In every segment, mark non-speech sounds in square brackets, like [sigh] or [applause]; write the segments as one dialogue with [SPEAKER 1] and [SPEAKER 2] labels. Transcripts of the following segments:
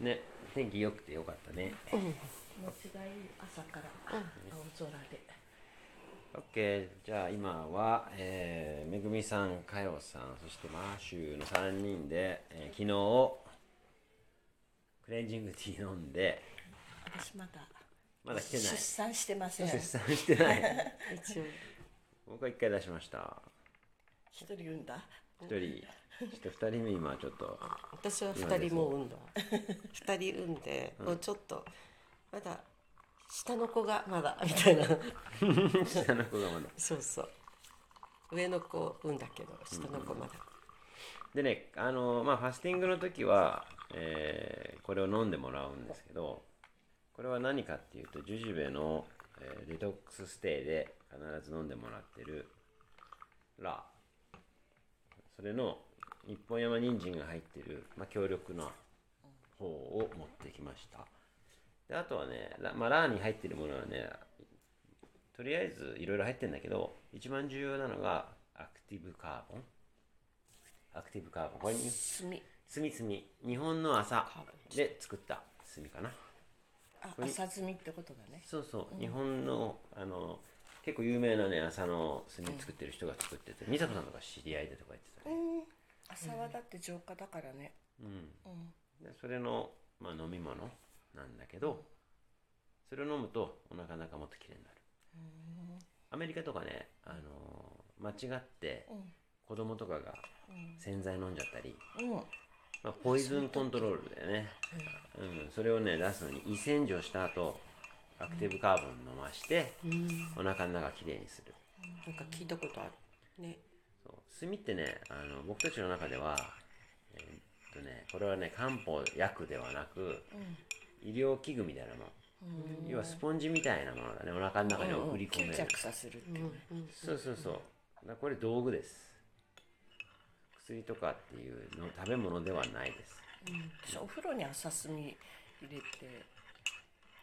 [SPEAKER 1] ね天気良くてよかったね
[SPEAKER 2] 持ちがいい朝から青空で、
[SPEAKER 1] オッケーじゃあ今は、えーめぐみさんかよさんそしてマーシューの3人で、えー昨日クレンジングティー飲んで
[SPEAKER 2] 私まだ
[SPEAKER 1] まだ来てない
[SPEAKER 2] 出産してません
[SPEAKER 1] 出産してない
[SPEAKER 3] 一応
[SPEAKER 1] 僕は1回出しました
[SPEAKER 2] 一人産んだ
[SPEAKER 1] 1人ちょっと2人目今ちょっと
[SPEAKER 3] 私は2人も産んだ2人産んで、もうちょっとまだ下の子がまだみたいな
[SPEAKER 1] 下の子がまだ
[SPEAKER 3] そうそう上の子を産んだけど下の子まだ、
[SPEAKER 1] でねあのまあファスティングの時は、えーこれを飲んでもらうんですけどこれは何かっていうとジュジュベの、えーデトックスステイで必ず飲んでもらってるラそれの日本山人参が入ってる、まあ、強力な方を持ってきましたであとはねラ,、まあ、ラーに入ってるものはねとりあえずいろいろ入ってるんだけど一番重要なのがアクティブカーボンアクティブカーボンこれに
[SPEAKER 2] 炭
[SPEAKER 1] 炭炭日本の朝
[SPEAKER 3] ーボン
[SPEAKER 1] で作った炭かな
[SPEAKER 2] あ
[SPEAKER 1] れ
[SPEAKER 2] 朝炭ってことだね
[SPEAKER 1] そうそう、日本のあの結構有名なね朝の炭作ってる人が作ってて、美佐子さんとか知り合いでとか言ってたね、
[SPEAKER 2] 朝はだって浄化だからね
[SPEAKER 1] でそれの、まあ、飲み物なんだけどそれを飲むとお腹の中もっと綺麗になる、アメリカとかねあの間違って子供とかが洗剤飲んじゃったり、
[SPEAKER 2] うん
[SPEAKER 1] まあ、ポイズンコントロールだよね、うん、それをね出すのに胃洗浄した後アクティブカーボン飲まして、お腹の中きれいにする
[SPEAKER 3] なんか聞いたことあるね
[SPEAKER 1] そう炭ってねあの僕たちの中では、えーっとね、これはね漢方薬ではなく、医療器具みたいなもの要はスポンジみたいなものだねお腹の中に送り込
[SPEAKER 2] 吸
[SPEAKER 1] める、
[SPEAKER 2] 着させるっていうね、
[SPEAKER 1] そうそうそうだからこれ道具です薬とかっていうの食べ物ではないです
[SPEAKER 2] 私お風呂に朝炭入れて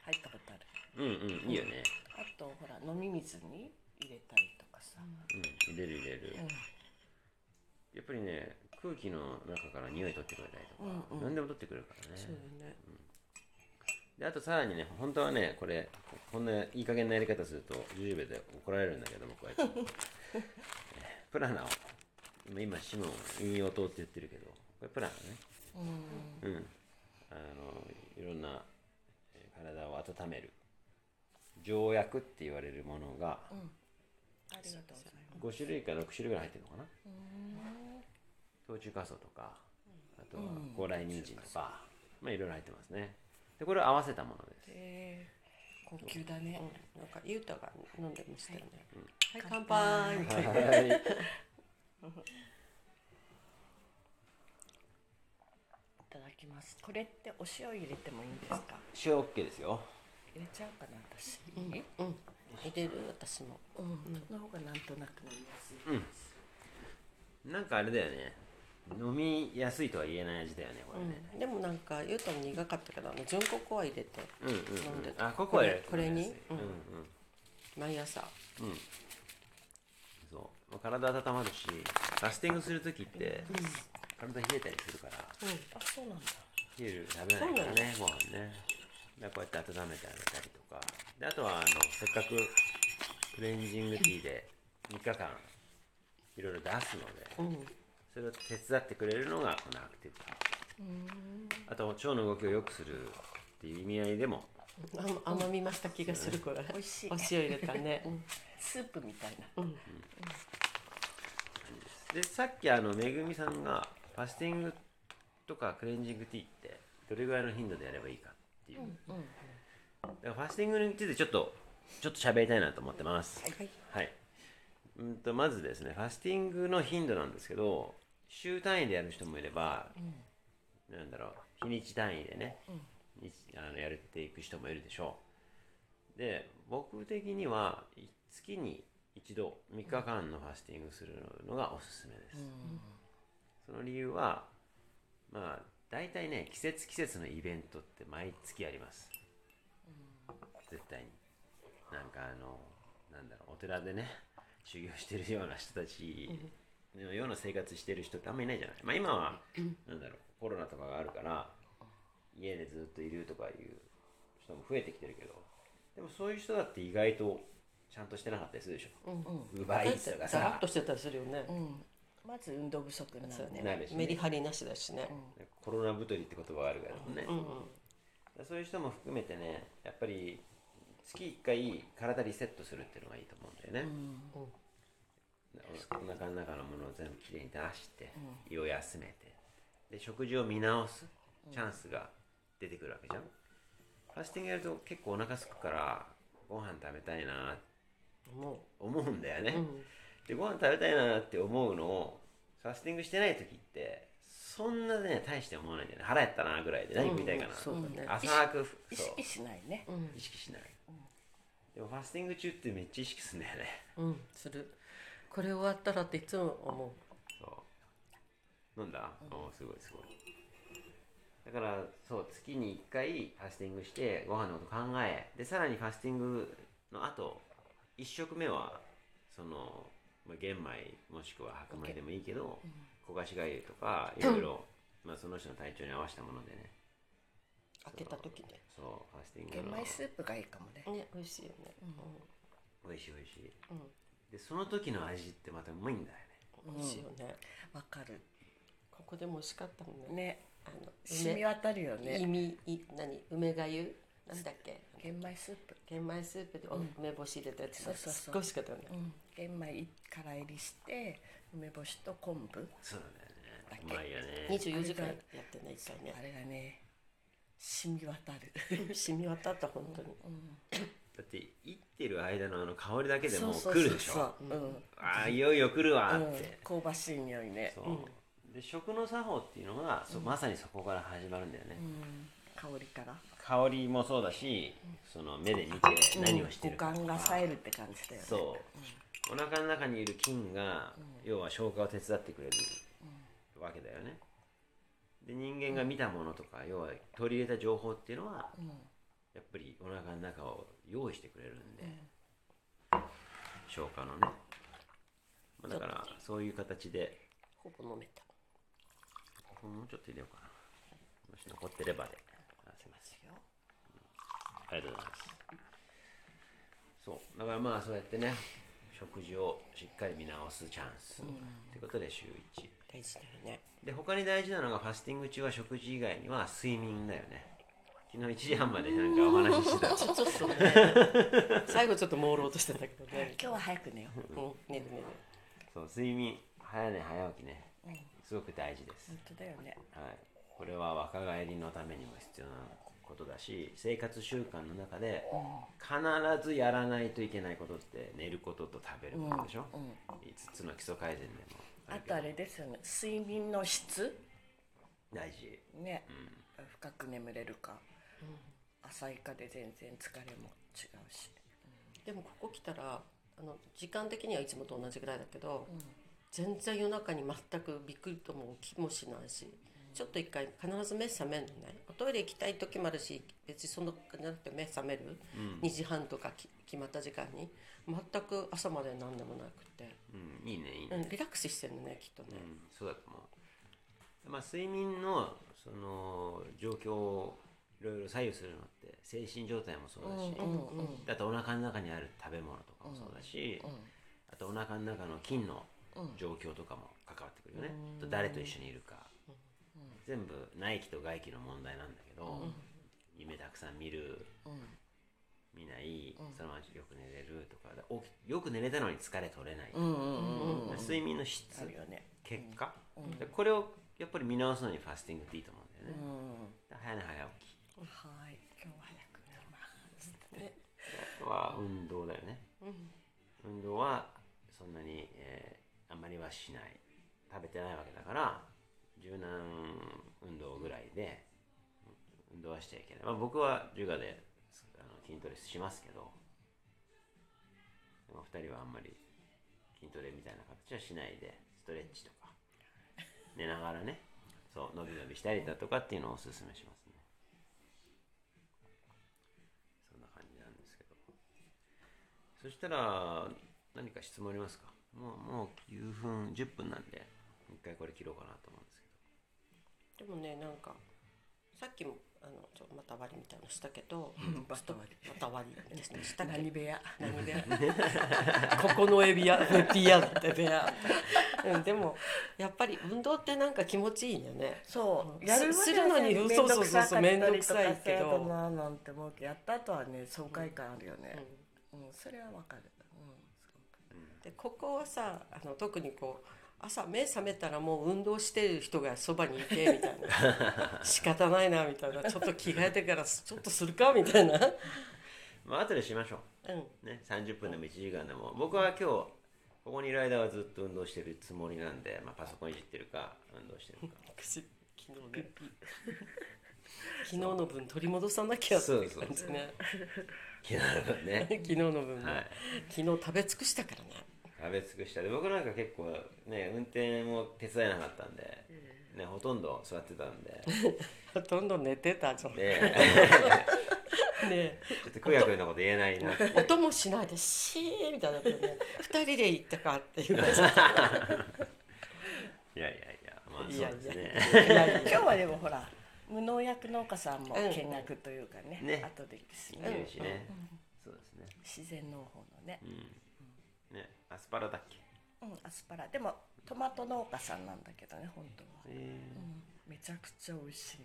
[SPEAKER 2] 入ったことある
[SPEAKER 1] うんうんいいよね、
[SPEAKER 2] あとほら飲み水に入れたりとかさ、
[SPEAKER 1] うん、入れる入れる、やっぱりね空気の中から匂い取ってくれたりとか、何でも取ってくれるからね
[SPEAKER 3] そうだね
[SPEAKER 1] であとさらにね本当はねこれこんないい加減なやり方するとジュジュベで怒られるんだけど僕はいつもえー [laughs] プラナを今今シモン引用糖って言ってるけどこれプラナねうん、あのいろんなえー体を温める条約って言われるものが、
[SPEAKER 2] ありがとうございます
[SPEAKER 1] 5種類か6種類ぐらい入ってるのかな冬中華草とかあとは高麗人参とか、まあいろいろ入ってますねでこれを合わせたものです
[SPEAKER 3] え
[SPEAKER 2] 高級だね、
[SPEAKER 3] ーなんかゆうたが飲んでましたよねはい、
[SPEAKER 2] 乾
[SPEAKER 3] 乾杯
[SPEAKER 2] 杯
[SPEAKER 3] みたいな
[SPEAKER 1] はい
[SPEAKER 2] いただきますこれってお塩入れてもいいんですか
[SPEAKER 1] 塩 OK ですよ
[SPEAKER 2] 入れちゃうかな私、
[SPEAKER 3] うん入れる私も
[SPEAKER 2] うん、その方がなんとなく飲みやすい、
[SPEAKER 1] なんかあれだよね飲みやすいとは言えない味だよねこれね、
[SPEAKER 3] でもなんかゆうたも苦かったからあの純ココア入れて
[SPEAKER 1] うん、うん
[SPEAKER 3] 飲ん
[SPEAKER 1] う
[SPEAKER 3] で
[SPEAKER 1] ん
[SPEAKER 3] た
[SPEAKER 1] あここは
[SPEAKER 3] これに
[SPEAKER 1] うんうん
[SPEAKER 3] 毎朝
[SPEAKER 1] そうまあ体温まるしファスティングする時って、体冷えたりするから
[SPEAKER 2] あそうなんだ
[SPEAKER 1] 冷える食べないからねご飯ねだからこうやって温めてあげたりとかであとはあのせっかくクレンジングティーで3日間いろいろ出すので、それを手伝ってくれるのがこのアクティブカーあと腸の動きを良くするっていう意味合いでも
[SPEAKER 3] あ甘みました気がするこれ
[SPEAKER 2] 美味しい
[SPEAKER 3] お塩入れたね、うん
[SPEAKER 2] スープみたいな、
[SPEAKER 1] でさっきあのめぐみさんがファスティングとかクレンジングティーってどれぐらいの頻度でやればいいかっていう、だからファスティングについてちょっとちょっと喋りたいなと思ってます
[SPEAKER 3] はい
[SPEAKER 1] はい、うんとまずですねファスティングの頻度なんですけど週単位でやる人もいれば、なんだろう日にち単位でね、日あのやっていく人もいるでしょうで僕的にはい月に一度3日間のファスティングするのがおすすめです、その理由はまあ大体ね季節季節のイベントって毎月あります、絶対になんかあのなんだろうお寺でね修行してるような人たちのような生活してる人ってあんまりいないじゃないまあ今はなんだろうコロナとかがあるから家でずっといるとかいう人も増えてきてるけどでもそういう人だって意外とちゃんとしてなかったりするでしょ、う奪い
[SPEAKER 3] だ
[SPEAKER 1] っ
[SPEAKER 3] ってて
[SPEAKER 1] とか
[SPEAKER 3] ザラ
[SPEAKER 1] さ
[SPEAKER 3] ッとしてたりするよね、
[SPEAKER 2] まず運動不足にな
[SPEAKER 3] そう
[SPEAKER 2] る
[SPEAKER 3] ね
[SPEAKER 2] ね
[SPEAKER 1] なるしね
[SPEAKER 3] メリハリなしだしね、
[SPEAKER 1] コロナ太りって言葉があるからね、だからそういう人も含めてねやっぱり月1回体リセットするっていうのがいいと思うんだよね、おお腹の中のものを全部きれいに出して、胃を休めてで食事を見直すチャンスが出てくるわけじゃん、ファスティングやると結構お腹すくからご飯食べたいなって
[SPEAKER 3] も
[SPEAKER 1] 思うんだよね、
[SPEAKER 3] う、うん
[SPEAKER 1] でご飯食べたいなって思うのをファスティングしてない時ってそんなね大して思わないんだよね腹減ったなぐらいで何食いたいかな、
[SPEAKER 3] うんそうだね
[SPEAKER 1] 浅くふ
[SPEAKER 2] 意
[SPEAKER 1] そう
[SPEAKER 2] 識しないね
[SPEAKER 1] 意識しない、でもファスティング中ってめっちゃ意識するんだよね
[SPEAKER 3] うん、するこれ終わったらっていつも思う
[SPEAKER 1] そう飲んだ、おーすごいすごいだからそう月に1回ファスティングしてご飯のこと考えでさらにファスティングのあと1食目はその、まあ、玄米もしくは白米でもいいけど、焦がしがゆとかいろいろ、まあ、その人の体調に合わせたものでね
[SPEAKER 3] 開けた時ね
[SPEAKER 1] そうファスティン
[SPEAKER 2] 玄
[SPEAKER 1] グの
[SPEAKER 2] 米スープがいいかもね
[SPEAKER 3] ね美味しいよね、
[SPEAKER 1] 美味しい美味しい
[SPEAKER 3] うん
[SPEAKER 1] でその時の味ってまたうまいんだよね
[SPEAKER 3] 美味しいよね、
[SPEAKER 2] わかる
[SPEAKER 3] ここでも美味しかったもんね
[SPEAKER 2] ね
[SPEAKER 3] あの
[SPEAKER 2] 染み渡るよ
[SPEAKER 3] 梅意
[SPEAKER 2] ね
[SPEAKER 3] 味い何梅がゆなんだっけ
[SPEAKER 2] 玄米スープ
[SPEAKER 3] 玄米スープでお梅干し入れたやつ、
[SPEAKER 2] そうそうそう
[SPEAKER 3] すっごい美味しかったよね、
[SPEAKER 2] 玄米から入りして梅干しと昆布
[SPEAKER 1] そうなんだよね
[SPEAKER 2] だけ
[SPEAKER 1] うまいよ
[SPEAKER 3] 二
[SPEAKER 1] ね
[SPEAKER 3] 十24時間やってね一回
[SPEAKER 2] あ
[SPEAKER 3] ね
[SPEAKER 2] れがね染み渡る
[SPEAKER 3] [laughs] 染み渡った本当に、
[SPEAKER 1] だっていってる間のあの香りだけでもう
[SPEAKER 2] そ
[SPEAKER 1] 来るでしょ
[SPEAKER 2] そうそううん
[SPEAKER 1] ああいよいよ来るわ
[SPEAKER 2] う
[SPEAKER 1] っ
[SPEAKER 2] ん
[SPEAKER 1] て、
[SPEAKER 2] 香ばしい匂いね
[SPEAKER 1] そう、で食の作法っていうのが、そうまさにそこから始まるんだよね、
[SPEAKER 2] 香りから
[SPEAKER 1] 香りもそうだしその目で見て何をしてるか
[SPEAKER 2] 五
[SPEAKER 1] と
[SPEAKER 2] 感
[SPEAKER 1] か、
[SPEAKER 2] が冴えるって感じだよね
[SPEAKER 1] そう、お腹の中にいる菌が、要は消化を手伝ってくれるわけだよねで人間が見たものとか要は取り入れた情報っていうのは、やっぱりお腹の中を用意してくれるんで、消化のねまあだからそういう形で
[SPEAKER 3] ほぼ飲めた
[SPEAKER 1] これもうちょっと入れようかなもし残ってればであすいませんありがとうございますそうだからまあそうやってね食事をしっかり見直すチャンスと、いうことで週1
[SPEAKER 3] 大事だよね
[SPEAKER 1] で他に大事なのがファスティング中は食事以外には睡眠だよね昨日1時半までなんかお話ししてた
[SPEAKER 3] ちょっとね最後ちょっと朦朧としてたけどね
[SPEAKER 2] 今日は早く寝よう
[SPEAKER 3] うん寝る寝る
[SPEAKER 1] そう睡眠早寝早起きねすごく大事です
[SPEAKER 2] 本当だよね
[SPEAKER 1] はい、これは若返りのためにも必要なことだし生活習慣の中で必ずやらないといけないことって寝ることと食べることでしょ、5つの基礎改善でも
[SPEAKER 2] あ
[SPEAKER 1] けど
[SPEAKER 2] とあれですよね睡眠の質
[SPEAKER 1] 大事
[SPEAKER 2] ね、深く眠れるか、浅いかで全然疲れも違うし
[SPEAKER 3] でもここ来たらあの時間的にはいつもと同じぐらいだけど、全然夜中に全くびっくりとも起きもしないし、ちょっと一回必ず目覚めるのねおトイレ行きたい時もあるし別にそんなじゃなくて目覚める、2時半とかき決まった時間に全く朝まで何でもなくて、
[SPEAKER 1] うんいいねいいね、
[SPEAKER 3] うん、リラックスしてるのねきっとね、
[SPEAKER 1] うん、そうだと思う、まあ、睡眠のその状況をいろいろ左右するのって精神状態もそうだし、あとお腹の中にある食べ物とかもそうだし、あとお腹の中の菌の状況とかも関わってくるよね、あと誰と一緒にいるか、全部内気と外気の問題なんだけど、夢たくさん見る、見ないそのままよく寝れるとかだ起きよく寝れたのに疲れ取れない、睡眠の質、
[SPEAKER 2] あるよね
[SPEAKER 1] 結果、でこれをやっぱり見直すのにファスティングっていいと思うんだよね、で早寝早起き
[SPEAKER 2] はい今日は早く寝ます
[SPEAKER 1] あとは運動だよね、運動はそんなに、えーあんまりはしない食べてないわけだから柔軟運動ぐらいでうん運動はしちゃいけない、まあ、僕はジュガであの筋トレしますけどでも2人はあんまり筋トレみたいな形はしないでストレッチとか寝ながらねそう伸び伸びしたりだとかっていうのをおすすめしますねそんな感じなんですけどそしたら何か質問ありますかもうもう9分10分なんで一回これ切ろうかなと思うんですけ
[SPEAKER 3] でもねなんかさっきもあのちょっとまた割りみたいなのしたけど、
[SPEAKER 2] んまた割
[SPEAKER 3] りまた割りですねしたけど
[SPEAKER 2] 何部屋
[SPEAKER 3] 何
[SPEAKER 2] [laughs]
[SPEAKER 3] 部屋ここのエビ屋エビ屋だって部屋、うん、でもやっぱり運動ってなんか気持ちいいんだよね
[SPEAKER 2] そうう
[SPEAKER 3] やるするのに
[SPEAKER 2] 面
[SPEAKER 3] そう
[SPEAKER 2] 倒
[SPEAKER 3] そう
[SPEAKER 2] く
[SPEAKER 3] そう
[SPEAKER 2] さ
[SPEAKER 3] そう
[SPEAKER 2] かったりとか
[SPEAKER 3] 面倒くさいけ
[SPEAKER 2] そ
[SPEAKER 3] ど
[SPEAKER 2] うやだななんて思うけどやった後はね爽快感あるよねうん、それはわかるうんすごく
[SPEAKER 3] でここはさあの特にこう朝目覚めたらもう運動してる人がそばにいてみた
[SPEAKER 2] [laughs]
[SPEAKER 3] いな仕方ないなみたいなちょっと着替えてからすちょっとするかみたいな、
[SPEAKER 1] まあ後でしましょ
[SPEAKER 3] うん、
[SPEAKER 1] うね30分でも1時間でも僕は今日ここにいる間はずっと運動してるつもりなんで、まあ、パソコンいじってるか運動
[SPEAKER 3] [laughs]
[SPEAKER 1] してるか
[SPEAKER 3] 私昨日ね [laughs] 昨日の分取り戻さなきゃって
[SPEAKER 1] そう
[SPEAKER 3] 感
[SPEAKER 1] そう
[SPEAKER 3] じね
[SPEAKER 1] 気になる分
[SPEAKER 3] [laughs]
[SPEAKER 1] ね
[SPEAKER 3] 昨日の分ね、
[SPEAKER 1] はい
[SPEAKER 3] 昨日食べ尽くしたからね
[SPEAKER 1] 食べ尽くしたで僕なんか結構ね運転も手伝えなかったんで、ね、ほとんど座ってたんで
[SPEAKER 3] ほとんど寝てたじゃんね
[SPEAKER 1] で [laughs]
[SPEAKER 3] え
[SPEAKER 1] ちょっと空也君のこと言えないなっていう
[SPEAKER 3] 音もしないでシーみたいなことね二人で行ったかっていう感じ
[SPEAKER 1] いやいやいやまあ
[SPEAKER 3] いや
[SPEAKER 1] そうですね
[SPEAKER 3] いやいやいや
[SPEAKER 2] 今日はでもほら無農薬農家さんも
[SPEAKER 3] うん
[SPEAKER 2] 見学というかね,、
[SPEAKER 1] ね
[SPEAKER 2] 後で行くし
[SPEAKER 1] い
[SPEAKER 2] ね
[SPEAKER 1] けるしね、そうですね
[SPEAKER 2] 自然農法のね、
[SPEAKER 1] うんねアスパラだっけ
[SPEAKER 2] うん、アスパラでもトマト農家さんなんだけどね本当は、うんめちゃくちゃ美味しい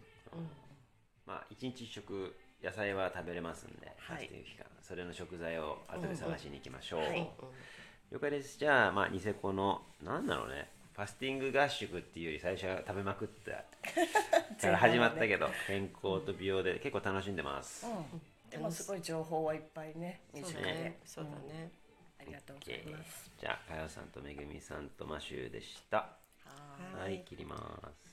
[SPEAKER 1] まあ一日一食野菜は食べれますんで、
[SPEAKER 2] は
[SPEAKER 1] ファス
[SPEAKER 2] い
[SPEAKER 1] ティング期間それの食材を後で探しに行きましょう、
[SPEAKER 2] はい
[SPEAKER 1] 了解ですじゃあまあニセコのなんだろうねファスティング合宿っていうより最初は食べまくった
[SPEAKER 2] [laughs]
[SPEAKER 1] から始まったけど健康と美容で結構楽しんでます、
[SPEAKER 2] うん、でもすごい情報はいっぱいね身
[SPEAKER 3] そう
[SPEAKER 2] 近
[SPEAKER 3] だ
[SPEAKER 2] で、
[SPEAKER 3] ねそうだね
[SPEAKER 2] ありがとうございます
[SPEAKER 1] OK じゃあかよさんとめぐみさんとマシューでした
[SPEAKER 2] はーい
[SPEAKER 1] はい切ります